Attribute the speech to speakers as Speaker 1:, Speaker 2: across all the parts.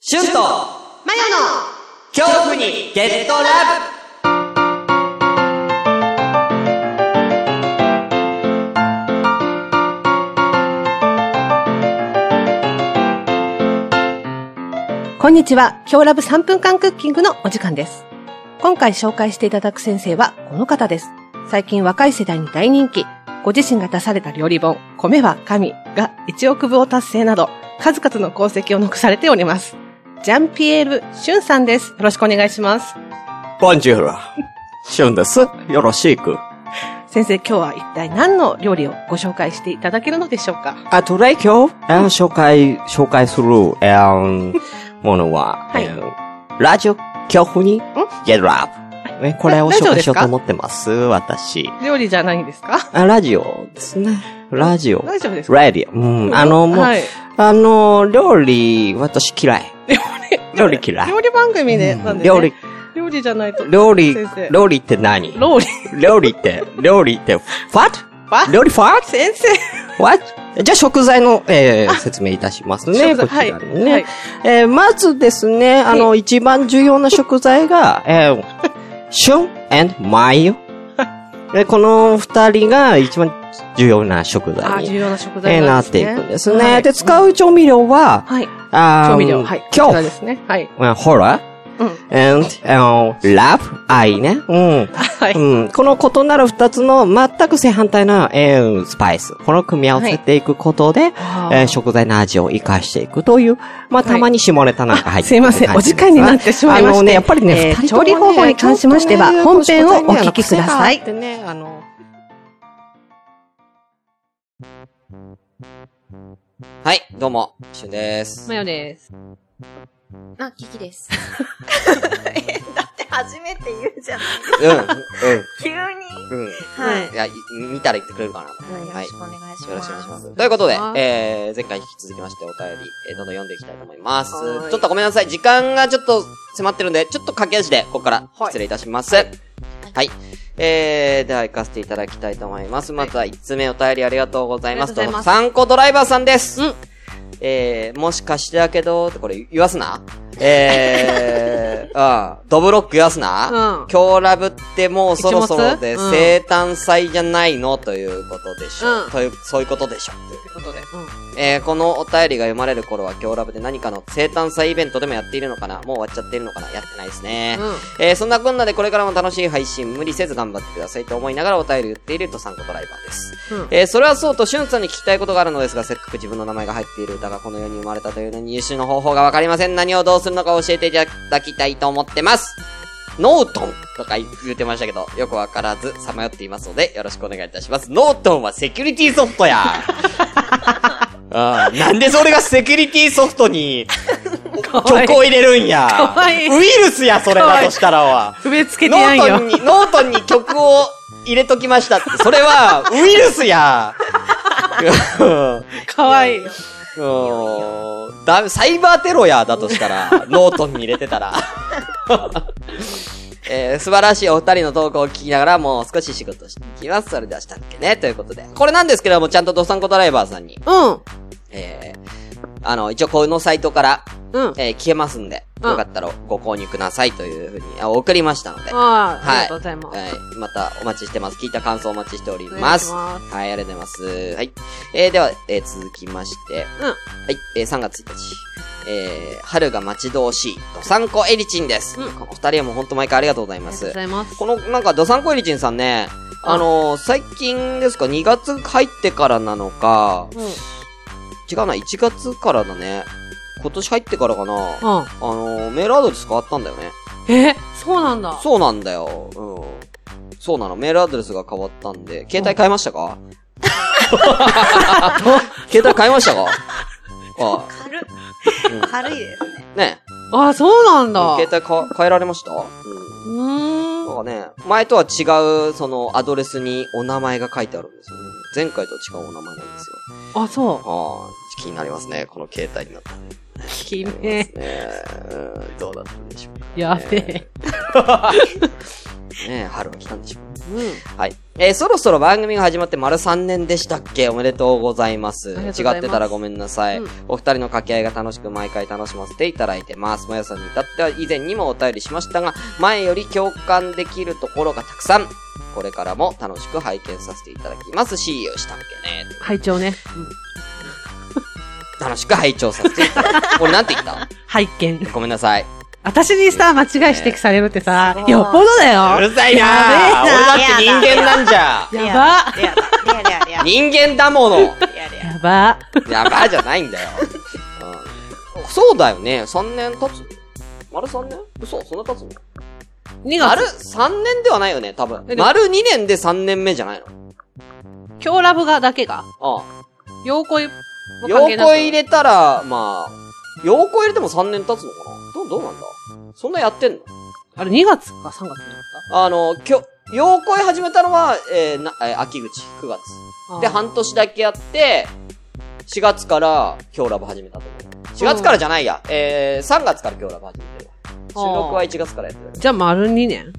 Speaker 1: シュンと
Speaker 2: マヨの
Speaker 1: 恐怖にゲットラブ
Speaker 2: こんにちは。今日ラブ3分間クッキングのお時間です。今回紹介していただく先生はこの方です。最近若い世代に大人気。ご自身が出された料理本、米は神が1億部を達成など、数々の功績を残されております。ジャンピエール・シュンさんです。よろしくお願いします。
Speaker 3: ボンジュール。シュンです。よろしく。
Speaker 2: 先生、今日は一体何の料理をご紹介していただけるのでしょうか
Speaker 3: あと来今日、えー紹介、紹介する、えーものは、
Speaker 2: はい
Speaker 3: えーラジオ恐怖にゲットラブ。ねこれを
Speaker 2: ララジ
Speaker 3: 紹
Speaker 2: オ
Speaker 3: 介し
Speaker 2: です
Speaker 3: よう
Speaker 2: か
Speaker 3: と思ってます、私。
Speaker 2: 料理じゃないんですか
Speaker 3: あ、ラジオですね。ラジオ。
Speaker 2: 大丈夫ですか
Speaker 3: ラディオ。うん。あの、もう、
Speaker 2: はい
Speaker 3: あの、料理、私嫌い。料理嫌い
Speaker 2: 料理番組で、なんで、ね、
Speaker 3: 料理、
Speaker 2: 料理じゃないと。
Speaker 3: 料理
Speaker 2: 先生、
Speaker 3: 料理って何
Speaker 2: ローリ
Speaker 3: 料理って、料理って、what?
Speaker 2: What？
Speaker 3: 料理 what?
Speaker 2: 先生。
Speaker 3: What? じゃあ食材の、えー説明いたしますね。
Speaker 2: 食
Speaker 3: こ
Speaker 2: 材
Speaker 3: ちらのね、
Speaker 2: はいはい
Speaker 3: えーまずですね、あの、一番重要な食材が、えー、旬 and マ ヨ。でこの二人が一番重要な食
Speaker 2: あ、
Speaker 3: 材
Speaker 2: 重
Speaker 3: に、
Speaker 2: 要な食
Speaker 3: え
Speaker 2: 材
Speaker 3: ーな
Speaker 2: なん
Speaker 3: っ
Speaker 2: です
Speaker 3: て
Speaker 2: ね。
Speaker 3: いくんですね。
Speaker 2: はい
Speaker 3: で、使う調味料は、
Speaker 2: はい。
Speaker 3: あー
Speaker 2: 調味料。は
Speaker 3: 恐
Speaker 2: い。こちら
Speaker 3: 怖
Speaker 2: ですね。はい。
Speaker 3: まあ、ホラ
Speaker 2: うん。
Speaker 3: ー and、love, 愛ね。うん。
Speaker 2: はい。
Speaker 3: うん、この異なる二つの全く正反対な、えースパイス。この組み合わせていくことで、えー食材の味を生かしていくという、まあ、たまに下ネタなんか入って
Speaker 2: すいません、お時間になってしまいま
Speaker 3: あ
Speaker 2: し
Speaker 3: の
Speaker 2: て。
Speaker 3: ね、やっぱりね、
Speaker 2: えー
Speaker 3: 二人と
Speaker 2: 調
Speaker 3: もね
Speaker 2: 理方法に関しましては、本編をお聞きくださ。
Speaker 3: ち
Speaker 2: い
Speaker 3: ょっ。とねあの食材には癖があってねあのはい、どうも、しゅんです。
Speaker 2: マヨです。
Speaker 4: あ、キキです。え、だって初めて言うじ ゃない
Speaker 3: うん、う
Speaker 4: 急に。
Speaker 3: ん、うん。
Speaker 4: はい。
Speaker 3: いや、い見たら言ってくれるかな。
Speaker 4: よろしくお願いします。
Speaker 3: よろしくお願いします。ということで
Speaker 2: は、い
Speaker 3: えー、前回引き続きましてお便り、えー、どんどん読んでいきたいと思います
Speaker 4: はー。い
Speaker 3: ちょっとごめんなさい。時間がちょっと迫ってるんで、ちょっと駆け足で、ここから失礼いたします。はい。えー、では行かせていただきたいと思います。まずは1つ目お便りありがとうございます。
Speaker 2: ありがとうござい
Speaker 3: 3個ドライバーさんです。
Speaker 2: うん
Speaker 3: えー、もしかしてだけど、ってこれ言わすな。えー、 うん。ドブロック言わすな。
Speaker 2: うん
Speaker 3: 今日ラブってもうそろそろで、
Speaker 2: 一物うん
Speaker 3: 生誕祭じゃないのということでしょ。
Speaker 2: うん
Speaker 3: という、そういうことでしょ。
Speaker 2: ということで。
Speaker 3: えー、このお便りが読まれる頃は、今日ラブで何かの生誕祭イベントでもやっているのかなもう終わっちゃってるのかなやってないですね。
Speaker 2: うん。うん。
Speaker 3: えー、そんなこんなでこれからも楽しい配信、無理せず頑張ってくださいと思いながらお便り言っているとサンコドライバーです。
Speaker 2: うん
Speaker 3: えー、それはそうと、しゅんさんに聞きたいことがあるのですが、せっかく自分の名前が入っている歌がこの世に生まれたというのに優秀の方法がわかりません。何をどうするのか教えていただきたいと思ってます。ノートンとか言ってましたけど、よくわからず、さまよっていますので、よろしくお願いいたします。ノートンはセキュリティソフ トやあーなんでそれがセキュリティソフトに、曲を入れるんや。
Speaker 2: かわいい
Speaker 3: ウイルスや、それだとしたらは。
Speaker 2: 不別つけて
Speaker 3: ノ
Speaker 2: やん
Speaker 3: ート
Speaker 2: よ。
Speaker 3: ンに、ノートンに曲を入れときましたって。それは、ウイルスや。
Speaker 2: かわいい。
Speaker 3: うんダメ、サイバーテロや、だとしたら、ノートンに入れてたら。 えー素晴らしいお二人の投稿を聞きながら、もう少し仕事していきます。それではしたっけね、ということで。これなんですけども、ちゃんとドサンコドライバーさんに、
Speaker 2: うん。
Speaker 3: えーあの、一応このサイトから、
Speaker 2: うん。
Speaker 3: えー聞けますんで、
Speaker 2: うん
Speaker 3: よかったらご購入くださいというふうに、あ送りましたので、は
Speaker 2: ああ、
Speaker 3: い。
Speaker 2: ありがとうございます。
Speaker 3: はい。またお待ちしてます。聞いた感想お待ちしており
Speaker 2: お願
Speaker 3: ま
Speaker 2: いし
Speaker 3: す。
Speaker 2: ます
Speaker 3: はい、ありがとうございます。はい。えー、では、えー続きまして、
Speaker 2: うん
Speaker 3: はい、えー3月1日。えー、春が待ち遠しい、ドサンコエリチンです。
Speaker 2: うん
Speaker 3: お二人はもうほんと毎回ありがとうござい
Speaker 2: あり
Speaker 3: ま
Speaker 2: がとう
Speaker 3: す
Speaker 2: ご。ざいます。
Speaker 3: この、なんか、ドサンコエリチンさんね、あのー最近ですか、2月入ってからなのか、
Speaker 2: うん。
Speaker 3: 違うな、1月からだね。今年入ってからかな。
Speaker 2: うん。
Speaker 3: あのーメールアドレス変わったんだよね。
Speaker 2: え、そうなんだ。
Speaker 3: そうなんだよ。うん。そうなの、メールアドレスが変わったんで、携帯変えましたか 携帯変えましたかあ
Speaker 4: 軽い。
Speaker 3: うん
Speaker 4: 軽いですね。
Speaker 3: ね
Speaker 2: あ、そうなんだ。
Speaker 3: 携
Speaker 2: う
Speaker 3: 帯か変えられましたうん。
Speaker 2: ーん。
Speaker 3: なんかね、前とは違う、その、アドレスにお名前が書いてあるんですよね。前回と違うお名前なんですよ。
Speaker 2: あ、そ
Speaker 3: ああ、気になりますね、この携帯になったらね。
Speaker 2: う。き
Speaker 3: 気になります ね。うんどうだったんでしょうか。
Speaker 2: やべえ。
Speaker 3: ねえ、春は来たんでしょうね。ます。はい。えーそろそろ番組が始まって丸3年でしたっけおめでとうございます。
Speaker 4: ありがとうございます
Speaker 3: 違ってたらごめんなさい。
Speaker 4: うん
Speaker 3: お二人の掛け合いが楽しく毎回楽しませていただいてます。もやさんに至っては以前にもお便りしましたが、前より共感できるところがたくさん。これからも楽しく拝見させていただきます。CEO したっけね。
Speaker 2: 拝聴ね。
Speaker 3: 楽しく拝聴させていただきます。これなんて言った
Speaker 2: 拝見。
Speaker 3: ごめんなさい。
Speaker 2: 私にさ、間違い指摘されるってさ
Speaker 4: ね、
Speaker 2: よっぽどだ
Speaker 3: う
Speaker 2: よ。
Speaker 3: るさいな
Speaker 2: やべえな。
Speaker 3: 俺だって人間なんじゃ
Speaker 2: やば。
Speaker 4: レアだ。レアレアレア。レ
Speaker 3: 人間だもの。
Speaker 4: アレア。
Speaker 2: やば。
Speaker 3: やばじゃないんだよ。うんそうだよね。3年経つ丸3年嘘そんな経つの
Speaker 2: 2
Speaker 3: 丸3年ではないよね、多分
Speaker 2: え。でも
Speaker 3: 丸2年で3年目じゃないの
Speaker 2: 今日ラブがだけが、
Speaker 3: あ
Speaker 2: 陽子
Speaker 3: あ。陽子入れたら、まあ、陽子入れても3年経つのかなどう、どうなんだそんなやってんの
Speaker 2: あれ、2月か3月になっ
Speaker 3: あの、今日、陽子入始めたのは、えーな、えー秋口、9月。
Speaker 2: た
Speaker 3: で、半年だけやって、4月から今日ラブ始めたと思う。4月からじゃないや。えー、3月から今日ラブ始めてるわ。収録は1月からやってる。
Speaker 2: じゃあ、丸2年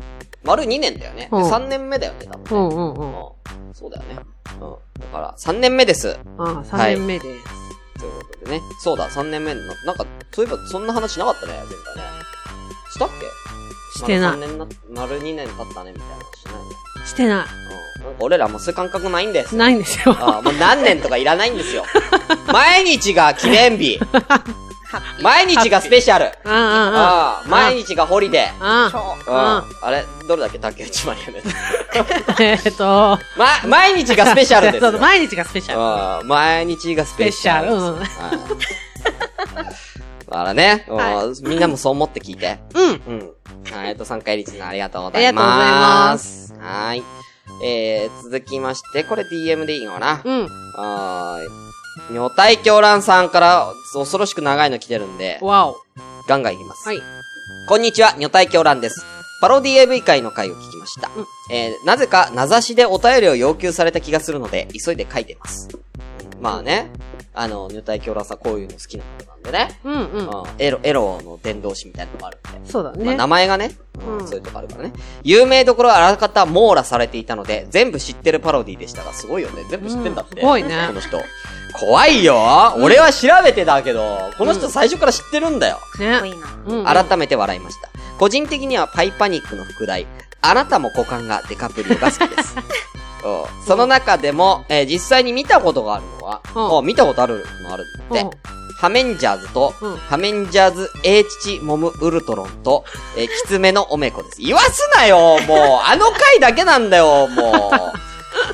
Speaker 3: 丸2年だよね。で
Speaker 2: うん
Speaker 3: 3年目だよね、多
Speaker 2: う
Speaker 3: 分
Speaker 2: ん
Speaker 3: ね。
Speaker 2: うんうん。あ
Speaker 3: うんそうだよね。うん。だから、3年目です。
Speaker 2: あ、3年目です。
Speaker 3: ということでね。そうだ、3年目の、なんか、そういえばそんな話なかったね、前回ね。したっけ
Speaker 2: してない
Speaker 3: 丸3年な、丸2年経ったね、みたいな話しないね
Speaker 2: してな
Speaker 3: うん。なんか俺らもうそういう感覚ないんです
Speaker 2: い。。ないんですよ。
Speaker 3: ああ、もう何年とかいらないんですよ。毎日が記念 日。毎日がスペシャル。
Speaker 2: うんうんうん。
Speaker 3: ああ、毎日がホリデー。
Speaker 2: あ
Speaker 4: 超。
Speaker 3: うん。あれどれだっけ竹内まりやのやつ。
Speaker 2: あ、えーっと、
Speaker 3: ま、毎日がスペシャルです
Speaker 2: そ
Speaker 3: よ。
Speaker 2: うそう毎日がスペシャル。
Speaker 3: うん毎日がスペシャルです。
Speaker 2: スペ
Speaker 3: はいだからね、うん
Speaker 4: は
Speaker 3: みんなもそう思って聞いて。
Speaker 2: う
Speaker 3: う
Speaker 2: ん。
Speaker 3: ん。はい、えっと、3回リスナーありがとうご
Speaker 2: あ
Speaker 3: ざ
Speaker 2: りが
Speaker 3: い
Speaker 2: とうござい
Speaker 3: ま。
Speaker 2: ます
Speaker 3: はい。えー、続きまして、これ DM でいいのかな
Speaker 2: うん。
Speaker 3: はーい。女体狂乱さんから恐ろしく長いの来てるんで、
Speaker 2: わお。
Speaker 3: ガンガンいきます。
Speaker 2: はい。
Speaker 3: こんにちは、女体狂乱です。パロディ AV 会の回を聞きました。
Speaker 2: うん
Speaker 3: えー、なぜか名指しでお便りを要求された気がするので、急いで書いてます。まあね、あの、女体狂乱さんこういうの好きな方なんでね。
Speaker 2: うんうん。
Speaker 3: うん、エロ、エロの伝道師みたいなのもあるんで。
Speaker 2: そうだ
Speaker 3: まあ、
Speaker 2: ね
Speaker 3: 名。前がね、うん
Speaker 2: うん
Speaker 3: そういうとこあるからね。有名どころはあらかた網羅されていたので、全部知ってるパロディでしたが、すごいよね。全部知ってんだって。
Speaker 2: うんすごいね
Speaker 3: この人。怖いよ、俺は調べてたけど、この人最初から知ってるんだよ。
Speaker 4: か
Speaker 2: ね
Speaker 4: っこ。いいな。
Speaker 2: うんうん。
Speaker 3: 改めて笑いました。個人的にはパイパニックの副題、あなたも股間がデカプリオが好き です。うんその中でも、えー実際に見たことがあるのは、
Speaker 2: うん
Speaker 3: あ見たことあるのあるんだって。ハメンジャーズと、
Speaker 2: うん
Speaker 3: ハメンジャーズ A 父モムウルトロンと、えー、キツメのおめこです。言わすなよもうあの回だけなんだよもう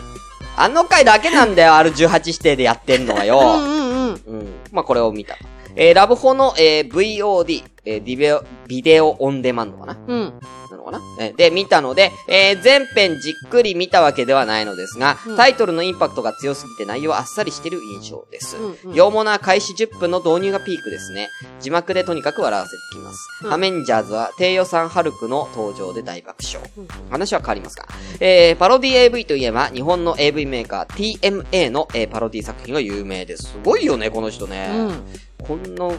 Speaker 3: あの回だけなんだよ R18 指定でやってんのはよ
Speaker 2: うんうんうん。
Speaker 3: うん。まあ、これを見た。えーラブホの、えー VOD、えーディベオ、ビデオオンデマンドかな
Speaker 2: うん。
Speaker 3: なのかな、えーで、見たので、えー全編じっくり見たわけではないのですが、
Speaker 2: うん
Speaker 3: タイトルのインパクトが強すぎて内容はあっさりしてる印象です。
Speaker 2: うんうん
Speaker 3: ようもな開始10分の導入がピークですね。字幕でとにかく笑わせてきます。
Speaker 2: うん
Speaker 3: ハメンジャーズは低予算ハルクの登場で大爆笑。
Speaker 2: うん
Speaker 3: 話は変わりますが、えー、パロディ AV といえば、日本の AV メーカー TMA の、えーパロディ作品が有名です。すごいよね、この人ね。
Speaker 2: うん。
Speaker 3: こんな、うん、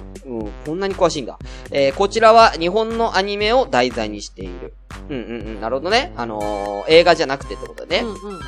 Speaker 3: こんなに詳しいんだ。えー、こちらは日本のアニメを題材にしている。うんうんうん、なるほどね。あのー映画じゃなくてってことでね。
Speaker 2: うんうん。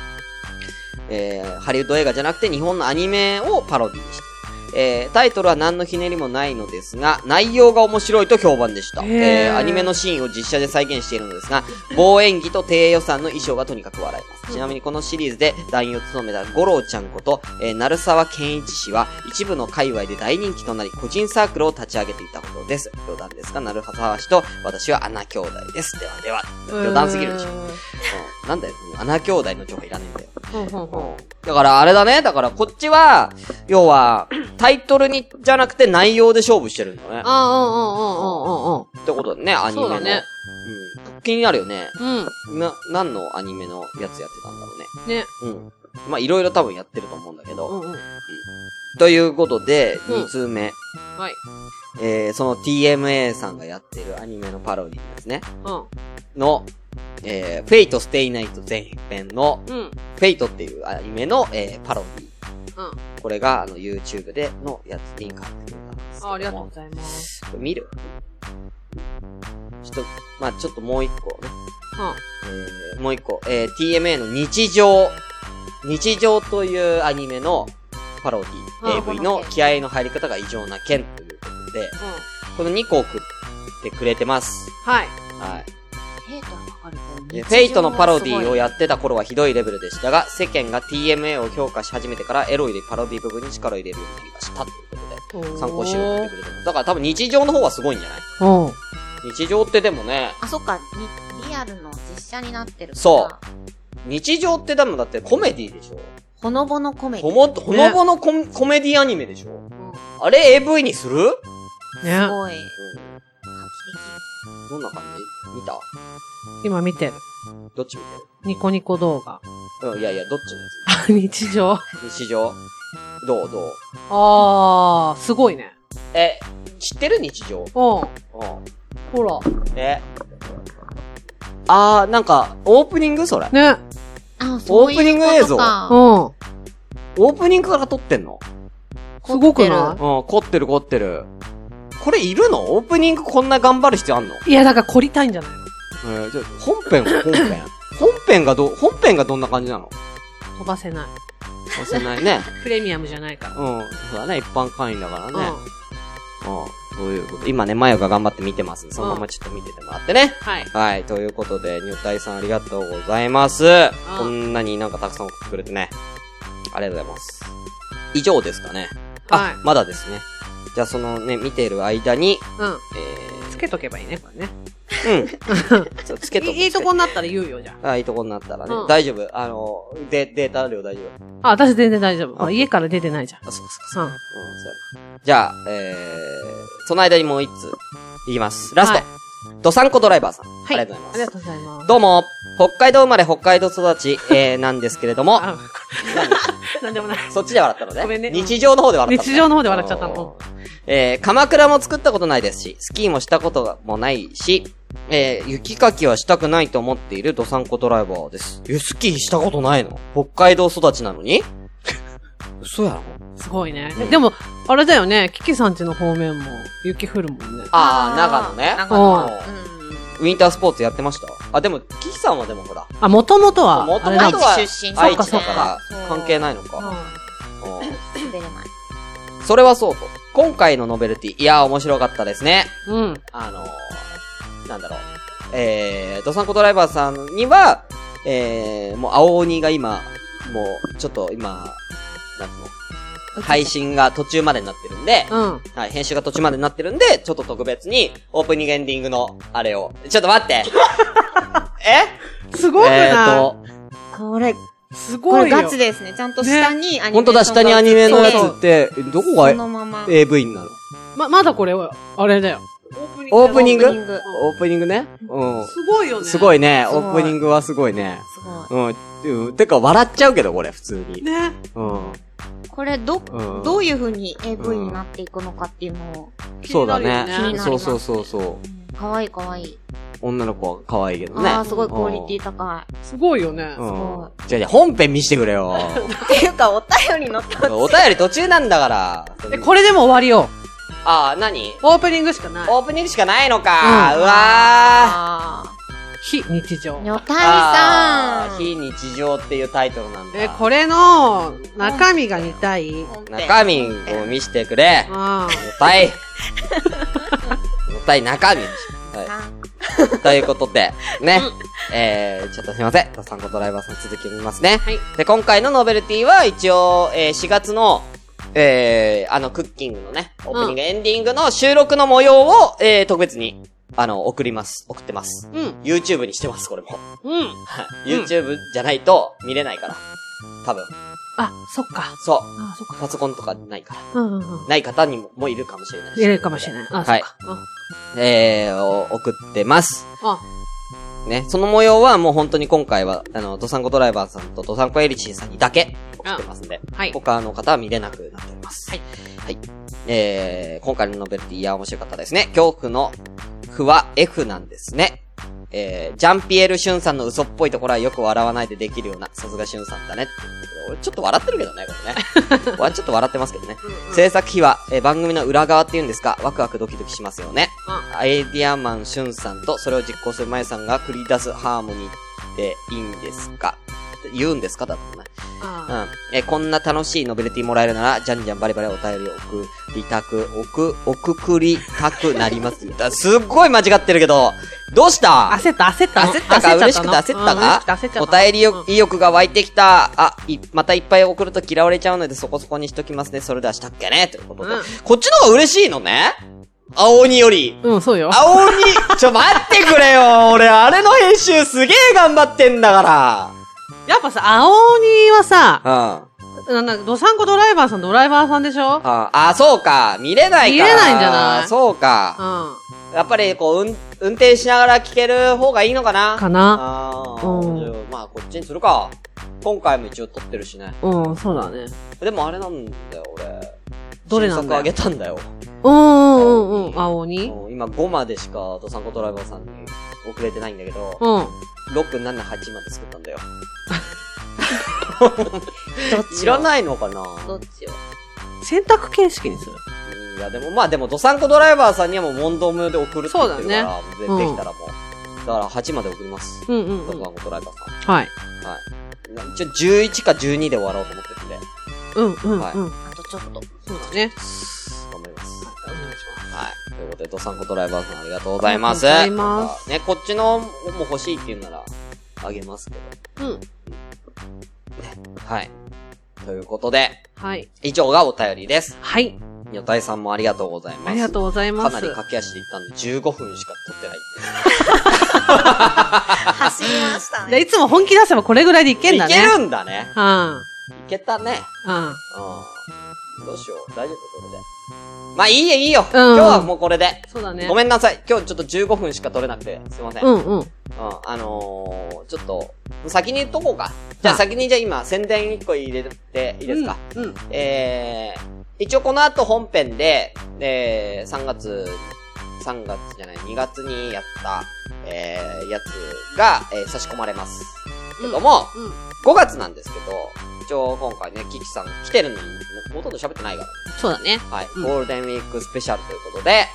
Speaker 3: えーハリウッド映画じゃなくて日本のアニメをパロディにしている。えータイトルは何のひねりもないのですが、内容が面白いと評判でした。
Speaker 2: へー
Speaker 3: えーアニメのシーンを実写で再現しているのですが、望遠技と低予算の衣装がとにかく笑えます。ちなみにこのシリーズで団員を務めた五郎ちゃんこと、えー、鳴沢健一氏は、一部の界隈で大人気となり、個人サークルを立ち上げていたことです。余談ですが、鳴沢氏と私は穴兄弟です。ではでは、余談すぎるでしょ。うんなんだよ、穴兄弟の情報いらねえんだよ。
Speaker 2: うんうんうん。
Speaker 3: だからあれだね。だからこっちは、要は、タイトルに、じゃなくて内容で勝負してるんだね。
Speaker 2: あ
Speaker 3: ってことでね、アニメ
Speaker 2: そ
Speaker 3: の。
Speaker 2: うだね
Speaker 3: うん。気になるよね。
Speaker 2: うんうんうんうん。
Speaker 3: な、何のアニメのやつやってたんだろ
Speaker 2: うん。ね。
Speaker 3: うね。うん。まあ、いろいろ多分やってると思うんだけど。
Speaker 2: うんうん。
Speaker 3: ということで、
Speaker 2: うん
Speaker 3: 2通目。
Speaker 2: はい。
Speaker 3: えー、その TMA さんがやってるアニメのパロディですね。
Speaker 2: う
Speaker 3: の、えー、フェイトステイナイト前編の、
Speaker 2: ん。うん。
Speaker 3: フェイトっていうアニメの、えー、パロディ。
Speaker 2: うん。
Speaker 3: これが、あの、YouTube でのやつに変わってくれたんですけども
Speaker 2: あありがとうございます。
Speaker 3: 見るちょっと、まあちょっともう一個ね、
Speaker 4: は
Speaker 3: えーもう一個、えー TMA の日常。日常というアニメのパロデ
Speaker 4: あ
Speaker 3: ィ、
Speaker 4: あ
Speaker 3: AV
Speaker 4: パロ
Speaker 3: の
Speaker 4: ディ
Speaker 3: 気合の入り方が異常な剣ということで、
Speaker 4: あ、
Speaker 3: この2個送ってくれてます。
Speaker 4: うん。はい。
Speaker 3: はい。
Speaker 4: ヘイトはわかるけ
Speaker 3: で
Speaker 4: ど
Speaker 3: フェイトのパロディを
Speaker 4: や
Speaker 3: やってた頃はひどいレベルでしたが、世間が TMA を評価し始めてからエロいパロディ部分に力を入れるようになりました。ということで、参考資料を送ってくれてます。だから多分日常の方はすごいんじゃない
Speaker 2: うん。
Speaker 3: 日常ってでもね、
Speaker 4: あ、そっか、にリアルの実写になってるから。
Speaker 3: そ日常って多分だってコメディでしょ
Speaker 4: ほのぼのコメデ
Speaker 3: ほ
Speaker 4: ィ。
Speaker 3: も、ほのぼのコ,、コメディアニメでしょ
Speaker 4: うん
Speaker 3: あれ AV にする
Speaker 2: ね
Speaker 4: すごい。
Speaker 3: どんな感じ見た
Speaker 2: 今見てる。
Speaker 3: どっち見
Speaker 2: ニコニコ動画。
Speaker 3: てるうん、いやいや、どっちのや
Speaker 2: あ 日常。
Speaker 3: つ日常どうどう
Speaker 2: あー、すごいね。
Speaker 3: え、知ってる日常
Speaker 2: うん。ほ
Speaker 3: うん。
Speaker 2: ら。
Speaker 3: えあー、なんか、オープニングそれ。
Speaker 2: ね。
Speaker 4: あ、そう
Speaker 3: オー
Speaker 4: いうことか
Speaker 3: プニング映像
Speaker 2: うん。
Speaker 3: オープニングから撮ってんの
Speaker 2: すごく
Speaker 4: 凝っ
Speaker 2: な
Speaker 3: うん、凝ってる凝ってる。これいるのオープニングこんな頑張る必要あんの
Speaker 2: いいや、だから凝りたいんじゃない
Speaker 3: えー、じゃあ本編、本編。 本編がど、本編がどんな感じなの
Speaker 2: の飛ばせない。
Speaker 3: 忘れないね。
Speaker 2: プレミアムじゃないから。
Speaker 3: うん。そうだね、一般会員だからね。
Speaker 2: う
Speaker 3: う
Speaker 2: ん。
Speaker 3: ん。そういうこと。今ね、マヨが頑張って見てますんで。そのままちょっと見ててもらってね。
Speaker 2: はい。
Speaker 3: はい。ということで、ニュータイさんありがとうございます。こんなになんかたくさん送ってくれてね。ありがとうございます。以上ですかね。あ、
Speaker 2: はい
Speaker 3: まだですね。じゃあそのね、見ている間に、
Speaker 2: うん。
Speaker 3: え
Speaker 2: つけとけばいいね、これね。
Speaker 3: ー、うん。ちょっとつけとこう
Speaker 2: いいいとこになったら言うよ、じゃ
Speaker 3: あ、いいとこになったらね。
Speaker 2: うん
Speaker 3: 大丈夫。あの、で、データ量大丈夫。
Speaker 2: あ。あ、私全然大丈夫。ほら
Speaker 3: あ
Speaker 2: 家から出てないじゃん。
Speaker 3: あ、そうかそうか
Speaker 2: うん。
Speaker 3: うん、そうやなじゃあ、えー、その間にもう一通、いきます。ラスト。
Speaker 2: はい
Speaker 3: ドサンコドライバーさん。
Speaker 2: はい
Speaker 3: ありがとうご
Speaker 2: あ
Speaker 3: ざ
Speaker 2: り
Speaker 3: い
Speaker 2: が
Speaker 3: ます。
Speaker 2: とうございます。
Speaker 3: どうも、北海道生まれ北海道育ち、えー、 なんですけれども、
Speaker 2: あ、なんでもない。
Speaker 3: そっちで笑ったのね。
Speaker 2: ごめんねうん
Speaker 3: 日常の方で笑ったのね、
Speaker 2: 日常の方で笑っちゃったの
Speaker 3: の。えー、鎌倉も作ったことないですし、スキーもしたこともないし、えー、雪かきはしたくないと思っているドサンコドライバーです。え、スキーしたことないの北海道育ちなのに嘘やろ
Speaker 2: すごいね
Speaker 3: う。ん
Speaker 2: でも、あれだよね、キキさんちの方面も雪降るもんね。
Speaker 3: あー、長野ね。
Speaker 4: 長
Speaker 2: 野
Speaker 3: うん
Speaker 4: うん。
Speaker 3: ウィンタースポーツやってましたあ、でも、キキさんはでもほら、
Speaker 2: あ、もともとは、
Speaker 3: 元
Speaker 2: あれ
Speaker 3: 々
Speaker 2: だ
Speaker 4: 愛
Speaker 2: もん
Speaker 4: 知
Speaker 2: う
Speaker 3: は
Speaker 4: 出身
Speaker 3: 愛知
Speaker 2: そ
Speaker 3: だ
Speaker 2: うか
Speaker 3: から関係
Speaker 4: ない。
Speaker 3: ないのか。
Speaker 2: ん
Speaker 3: う
Speaker 4: 滑れない。
Speaker 3: んそれはそうと。今回のノベルティ、いやー面白かったですね。
Speaker 2: うん。
Speaker 3: あのー、なんだろう。えー、ドサンコドライバーさんには、えー、もう青鬼が今、もう、ちょっと今、なんつうの、配信が途中までになってるんで、
Speaker 2: うん。
Speaker 3: はい、編集が途中までになってるんで、ちょっと特別に、オープニングエンディングの、あれを、ちょっと待って え
Speaker 2: すごくない、
Speaker 3: えーと、
Speaker 4: これ、
Speaker 2: す
Speaker 4: こ
Speaker 2: ごい
Speaker 4: れ
Speaker 2: よ。
Speaker 4: ガチですね。ちゃんと下にアニメ。
Speaker 3: 本当だ、下にアニメのや
Speaker 4: そう
Speaker 3: つって、どこ
Speaker 4: そ
Speaker 3: が
Speaker 4: のまま。
Speaker 3: AV になる
Speaker 2: ま、まだこれは、あれだよ。
Speaker 3: オープニング
Speaker 4: オープニング
Speaker 3: オープニングね。う
Speaker 2: すごいよ
Speaker 3: ん。
Speaker 2: ね。
Speaker 3: すごいね。
Speaker 4: すご
Speaker 3: オ
Speaker 4: い
Speaker 3: ープニングはすごいね。
Speaker 4: すご
Speaker 3: うんうん。てか、笑っちゃうけど、これ、普通に。
Speaker 2: ね。
Speaker 3: うん。
Speaker 4: い。これ、ど、
Speaker 3: うん
Speaker 4: どういう風に AV になっていくのかっていうのを。
Speaker 3: そうだ
Speaker 2: 気になるよ
Speaker 3: ね。
Speaker 4: ね
Speaker 3: そうそうそうそう。
Speaker 4: かわいいかわいい。
Speaker 3: 女の子は可愛いけどね。
Speaker 4: ああ、すごいクオリティ高い。
Speaker 2: すごいよね
Speaker 3: う。ん。
Speaker 4: ご
Speaker 3: うんじゃあ、じゃあ本編見してくれ よ。
Speaker 4: っていうか、お便り のと
Speaker 3: お便り途中なんだから。
Speaker 2: え、これでも終わりよ。
Speaker 3: ああ、何
Speaker 2: オープニングしかない。
Speaker 3: オープニングしかないの
Speaker 2: う
Speaker 3: か。
Speaker 2: ん
Speaker 3: うわー。
Speaker 2: 非日常。
Speaker 4: 女体
Speaker 3: あ
Speaker 4: さ
Speaker 3: ー
Speaker 4: ん。
Speaker 3: 非日常っていうタイトルなんだ。
Speaker 2: え、これの中身が見たい。うん。
Speaker 3: 中身を見してくれ。
Speaker 2: あ
Speaker 3: 重たい。重たい中身。は
Speaker 4: あ
Speaker 3: い。ということで、ね。えー、ちょっとすいません。ドサンコドライバーさん続き見ますね。
Speaker 2: はい
Speaker 3: で、今回のノベルティは一応、えー、4月の、えー、あの、クッキングのね、オープニング、エンディングの収録の模様を、えー、特別に、あの、送ります。送ってます。
Speaker 2: うん。
Speaker 3: YouTube にしてます、これも。
Speaker 2: うん。
Speaker 3: YouTube じゃないと見れないから。多分。
Speaker 2: あ、そっか。
Speaker 3: そう。
Speaker 2: あ、そっか。
Speaker 3: パソコンとかないから。
Speaker 2: うんうんうん。
Speaker 3: ない方にも、もういるかもしれないし
Speaker 2: 入れるかもしれない。あ、そ
Speaker 3: は
Speaker 2: っ
Speaker 3: い
Speaker 2: か。うん
Speaker 3: えー、を送ってます。
Speaker 2: あ、
Speaker 3: ね。その模様はもう本当に今回は、あの、ドサンコドライバーさんとドサンコエリチンさんにだけ送ってますんで、
Speaker 2: はい。
Speaker 3: 他の方は見れなくなっております。
Speaker 2: はい。
Speaker 3: はい。えー、今回のノベルティ、いや、面白かったですね。恐怖の、不は F なんですね。えー、ジャンピエール・シュンさんの嘘っぽいところはよく笑わないでできるような、さすがシュンさんだねっていうことで。これちょっと笑ってるけどね、これ ね。ここはちょっと笑ってますけどね。
Speaker 4: うんうん
Speaker 3: 制作費は、えー番組の裏側っていうんですか、ワクワクドキドキしますよね。アイディアマンしゅんさんと、それを実行するまゆさんが繰り出すハーモニーっていいんですか言うんですかだってね。う
Speaker 2: あ
Speaker 3: ん。えーこんな楽しいノベルティもらえるなら、じゃんじゃんバリバリお便り送りたく、送、送くりたくなります。だすっごい間違ってるけど、どうした
Speaker 2: 焦った、焦った。
Speaker 3: 焦ったか
Speaker 2: 焦
Speaker 3: 嬉
Speaker 2: ちゃ
Speaker 3: し
Speaker 2: っ
Speaker 3: くて
Speaker 2: の
Speaker 3: 焦った
Speaker 2: うん嬉しくて
Speaker 3: か
Speaker 2: 焦っちゃ
Speaker 3: お
Speaker 2: った
Speaker 3: 便り
Speaker 2: う
Speaker 3: よ
Speaker 2: ん
Speaker 3: 意欲が湧いてきた。あ、い、またいっぱい送ると嫌われちゃうのでそこそこにしときますね。それではしたっけねということで
Speaker 2: うん。
Speaker 3: こっちの方が嬉しいのね青鬼より。
Speaker 2: うん、そうよ。
Speaker 3: 青 鬼ちょ、待ってくれよ俺、あれの編集すげえ頑張ってんだか
Speaker 2: やっぱさ、青鬼はさ、
Speaker 3: ら。うん。
Speaker 2: なんだ、ドサンコドライバーさん、ドライバーさんでしょ
Speaker 3: ああ、そうか。見れないから。
Speaker 2: 見れないんじゃない
Speaker 3: そうか。
Speaker 2: う。
Speaker 3: やっぱり、こう、うん、運転しながら聞ける方がいいのかなん
Speaker 2: かな
Speaker 3: ああ、
Speaker 2: うん
Speaker 3: じゃあまあ、こっちにするか。今回も一応撮ってるしね。
Speaker 2: うん、そうだね。
Speaker 3: でもあれなんだよ、俺。
Speaker 2: どれなんだよ
Speaker 3: 新作あげたんだよ。
Speaker 2: うんうんうんうん、青鬼
Speaker 3: うん今5までしか、ドサンコドライバーさんに送れてないんだけど、
Speaker 2: うん。
Speaker 3: 6、7、8まで作ったんだよ。
Speaker 4: どっ
Speaker 3: い
Speaker 4: ち
Speaker 3: ら
Speaker 4: を
Speaker 3: ないのかな
Speaker 4: どっちを
Speaker 2: 選択形式にする。
Speaker 3: うんいや、でも、まあでも、ドサンコドライバーさんにはもう問答無用で送るって言ってるから、
Speaker 2: ね
Speaker 3: もうで
Speaker 2: うん
Speaker 3: できたらもう。だから8まで送ります。
Speaker 2: うんうん
Speaker 3: ド
Speaker 2: う
Speaker 3: サン
Speaker 2: ん。
Speaker 3: コドライバーさん。
Speaker 2: はい。
Speaker 3: 一応11か12で終わろうと思ってるんで、
Speaker 2: うんうんうん。
Speaker 3: はい
Speaker 4: あとちょっと。
Speaker 2: そうだね。
Speaker 3: 頑張ります。はい。ということで、ドサンコドライバーさんありがとうございます。。
Speaker 2: ありがとうございます
Speaker 3: ね、こっちのも欲しいって言うなら、あげますけ
Speaker 2: うん。
Speaker 3: ど。はい。ということで、
Speaker 2: はい。
Speaker 3: 以上がお便りです。
Speaker 2: はい。
Speaker 3: 女体さんもありがとうございます。
Speaker 2: ありがとうございま
Speaker 3: か
Speaker 2: す。
Speaker 3: なり駆け足で行ったんで、15分しか撮ってないっていう。
Speaker 4: 走りました
Speaker 2: で
Speaker 4: ね。
Speaker 2: いつも本気出せばこれぐらいでいけんだね。
Speaker 3: いけるんだね。
Speaker 2: うん。うん。
Speaker 3: いけたね。うん。どうしよう。大丈夫これで。まあ、いいよ、いいよ。今日はもうこれで。
Speaker 2: そうだね。
Speaker 3: ご
Speaker 2: ん。
Speaker 3: めんなさい。今日ちょっと15分しか撮れなくて、すいません。
Speaker 2: う
Speaker 3: うん。
Speaker 2: んうん。
Speaker 3: あのー、ちょっと、先に言っとこうか。じゃあ
Speaker 2: あ
Speaker 3: 先にじゃあ今、宣伝1個入れて、いいですか。
Speaker 2: うん。うん。
Speaker 3: えー、一応この後本編で、えー、3月、3月じゃない、2月にやった、えー、やつが、えー差し込まれます。けども、
Speaker 2: うんうん
Speaker 3: 5月なんですけど、一応今回ね、キキさん来てるのに、ほとんど喋ってないから。
Speaker 2: そうだね。
Speaker 3: はい、
Speaker 2: うん
Speaker 3: ゴールデンウィークスペシャルということで、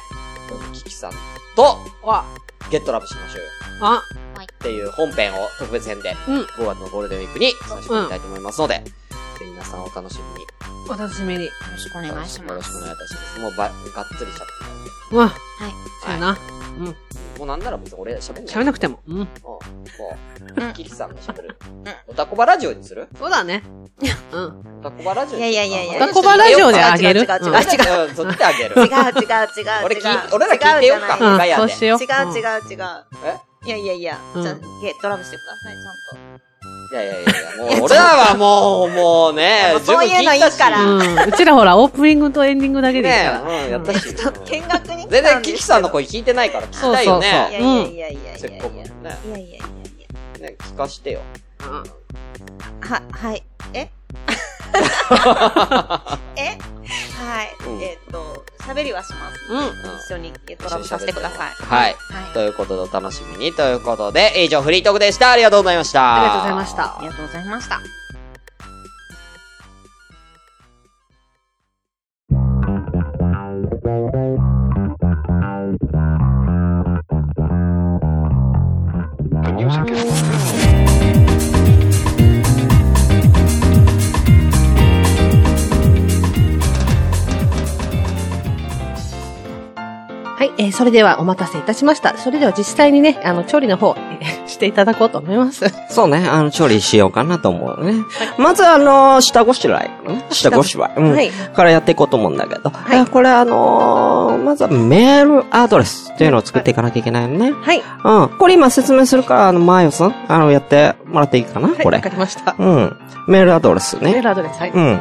Speaker 3: キキさんと、
Speaker 2: わ。
Speaker 3: ゲットラブしましょうよ
Speaker 2: あ、
Speaker 3: っていう本編を特別編で、
Speaker 2: うん
Speaker 3: 5月のゴールデンウィークにさせていきたいと思いますので、ぜひ皆さんお楽しみに。
Speaker 2: お楽しみに。
Speaker 4: よろしくお願いし
Speaker 3: よ
Speaker 4: ま
Speaker 3: ろしくお
Speaker 4: す。
Speaker 3: 願いいたします。もうば、がっつりしちゃってるんで
Speaker 2: うわ。
Speaker 4: はい。
Speaker 2: そうやな。うん。
Speaker 3: もうなんなら別に俺喋んない。
Speaker 2: 喋んなくても。う
Speaker 3: う
Speaker 2: ん。
Speaker 3: ん。も
Speaker 4: う
Speaker 3: う、
Speaker 4: ん
Speaker 3: キキさんが喋る。おたこばラジオにする
Speaker 2: そうだね。うん。
Speaker 3: おたこばラジオ
Speaker 4: いやいやいやいや。
Speaker 2: オタコバラジオで あげる
Speaker 4: 違う違う違う違う
Speaker 2: あ
Speaker 4: 違う。
Speaker 3: 違う。うん、取ってあげる。
Speaker 4: 違う違う違う違う。
Speaker 3: 俺聞い俺ら聞いてよっか
Speaker 2: う
Speaker 4: 違うじゃ
Speaker 2: ん
Speaker 4: な
Speaker 3: ガヤ。で
Speaker 2: そうしよう。
Speaker 4: い違う違
Speaker 2: う。
Speaker 4: う違う。
Speaker 3: え
Speaker 4: いやいやいや、
Speaker 2: うん
Speaker 4: じゃあ、ゲドラムしてください、ちゃん
Speaker 3: いやいやいやいや、もう俺らはもう、もうね、
Speaker 4: もうそういうのいいから
Speaker 2: うん。うちらほら、オープニングとエンディングだ
Speaker 3: ね
Speaker 2: けでいいから。
Speaker 3: うん、やったし。
Speaker 4: と。ちょっと見学に来たんですけど。
Speaker 3: 全然キキさんの声聞いてないから聞きたいよ
Speaker 2: そうそう
Speaker 4: い
Speaker 2: そ
Speaker 3: ね。
Speaker 2: う
Speaker 4: やいやいやいやいやい
Speaker 3: せ
Speaker 4: や
Speaker 3: っ
Speaker 4: い
Speaker 3: か
Speaker 4: や
Speaker 3: く
Speaker 4: い
Speaker 3: ね
Speaker 4: や。いやいやいや。
Speaker 3: ね、聞かしてよ。
Speaker 2: うん
Speaker 4: は、はい。え えはい。
Speaker 3: うん
Speaker 4: えっと、喋りはします。
Speaker 2: うん。
Speaker 4: 一緒にゲドラムさせてください。
Speaker 3: はい
Speaker 4: はい。
Speaker 3: ということでお楽しみにということで、以上フリートークでした。ありがとうございました。
Speaker 2: ありがとうございまし。た
Speaker 4: あり。がとうございました。
Speaker 2: はい、えーそれではお待たせいたしました。それでは実際にね、あの、調理の方、 えーしていただこうと思います。
Speaker 1: そうね、あの、調理しようかなと思うね。まず、あの、下ごしらえかな。下ごしらえ。うん。
Speaker 2: はい。
Speaker 1: からやっていこうと思うんだけど。えこれ、あのーまずはメールアドレスっていうのを作っていかなきゃいけないのね。
Speaker 2: はい。
Speaker 1: うん。これ今説明するから、あの、まゆさん、あの、やってもらっていいかな、
Speaker 2: はい、
Speaker 1: これ
Speaker 2: わか。りました。
Speaker 1: うん。メールアドレス
Speaker 2: メー
Speaker 1: ね。
Speaker 2: ルアドレス、はい。
Speaker 1: うん。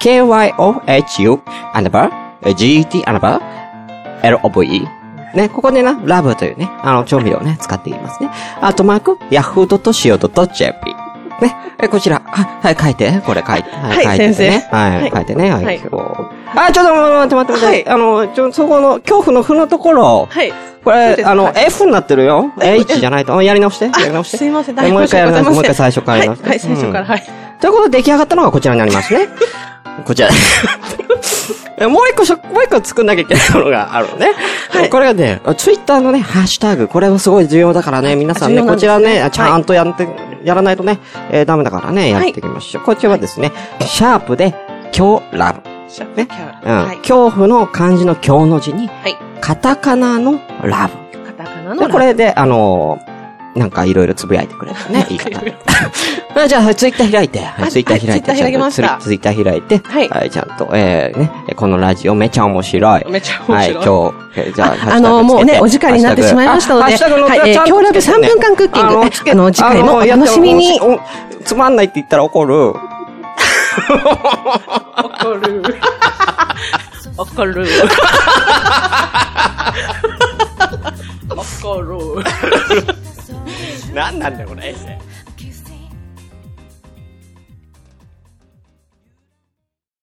Speaker 1: kyohu, アンダーバー、gt, アンダーバー、love. ね、ここでな、ラブというね、あの、調味料をね、使っていますね。あとマーク、yahoo.co.jp。ね、え、こちら、あ、はい、書いて、これ書いて、は
Speaker 2: はい
Speaker 1: 書いて
Speaker 2: 先
Speaker 1: ね。はい、
Speaker 2: はい
Speaker 1: 書いてね、はい、
Speaker 2: はい
Speaker 1: こうあ、ちょっと待って待って待って、あの、ちょ、そこの、恐怖の負のところ、
Speaker 2: はい。
Speaker 1: こ
Speaker 2: そう
Speaker 1: れ、
Speaker 2: です
Speaker 1: あの
Speaker 2: は、
Speaker 1: F になってるよ。H じゃないと、あやり直して、やり直して
Speaker 2: す。いません、
Speaker 1: えもう一回やり直
Speaker 2: 申し訳
Speaker 1: して、
Speaker 2: ご
Speaker 1: もう
Speaker 2: ざ
Speaker 1: 一
Speaker 2: い
Speaker 1: 回最初
Speaker 2: ません
Speaker 1: からやり直して。
Speaker 2: はい、はい、最初から、
Speaker 1: うん
Speaker 2: はい。
Speaker 3: ということで出来上がったのがこちらになります ね。こちら。 もう一個しょ、もう一個作んなきゃいけないものがあるのね。これがね、ツイッターのね、ハッシュタグ、これはすごい重要だからね、皆さんね、
Speaker 2: 重要なん
Speaker 3: こち
Speaker 2: ですね
Speaker 3: らね、ちゃんとやって、やらないとね、えーダメだからね、やっていきましょう。こちらはですね、シャープで、今日ラブ。ね
Speaker 2: キャ
Speaker 3: うん、
Speaker 2: ラはい。
Speaker 3: 恐怖の漢字の今日の字に、
Speaker 2: はい
Speaker 3: カタカナのラブ。
Speaker 2: カタカナの
Speaker 3: で、
Speaker 2: ラ
Speaker 3: これで、あのーなんかいろいろつぶやいてくれ るね、言い方で。 あじゃあ、ツイッター開いて、はい
Speaker 2: あ
Speaker 3: ツイッター開いて、
Speaker 2: はいツイッター開きまし
Speaker 3: ちゃん
Speaker 2: た
Speaker 3: とツイツイッター開いて、
Speaker 2: はい
Speaker 3: はい、ちゃんと、えー、ね、このラジオめちゃ面白い。
Speaker 2: めっちゃ面白。
Speaker 3: はいい、今日、えーじゃあ、ハッシュタグつけて
Speaker 2: あの、もうね、お時間になってしまいましたの
Speaker 3: ハッ
Speaker 2: で、
Speaker 3: シュタグあハッシュタグの
Speaker 2: はい、え
Speaker 3: ちゃ
Speaker 2: ー
Speaker 3: んと
Speaker 2: 今日ラブ3分間クッキング、
Speaker 3: あ
Speaker 2: あ
Speaker 3: の、つけ
Speaker 2: の、次回もお
Speaker 3: あの
Speaker 2: 楽しみに
Speaker 3: やっ。ておおつまんないって言ったら怒る。
Speaker 2: 怒 る。怒る。怒る。
Speaker 3: なんなんだよ、これ、エッセイ。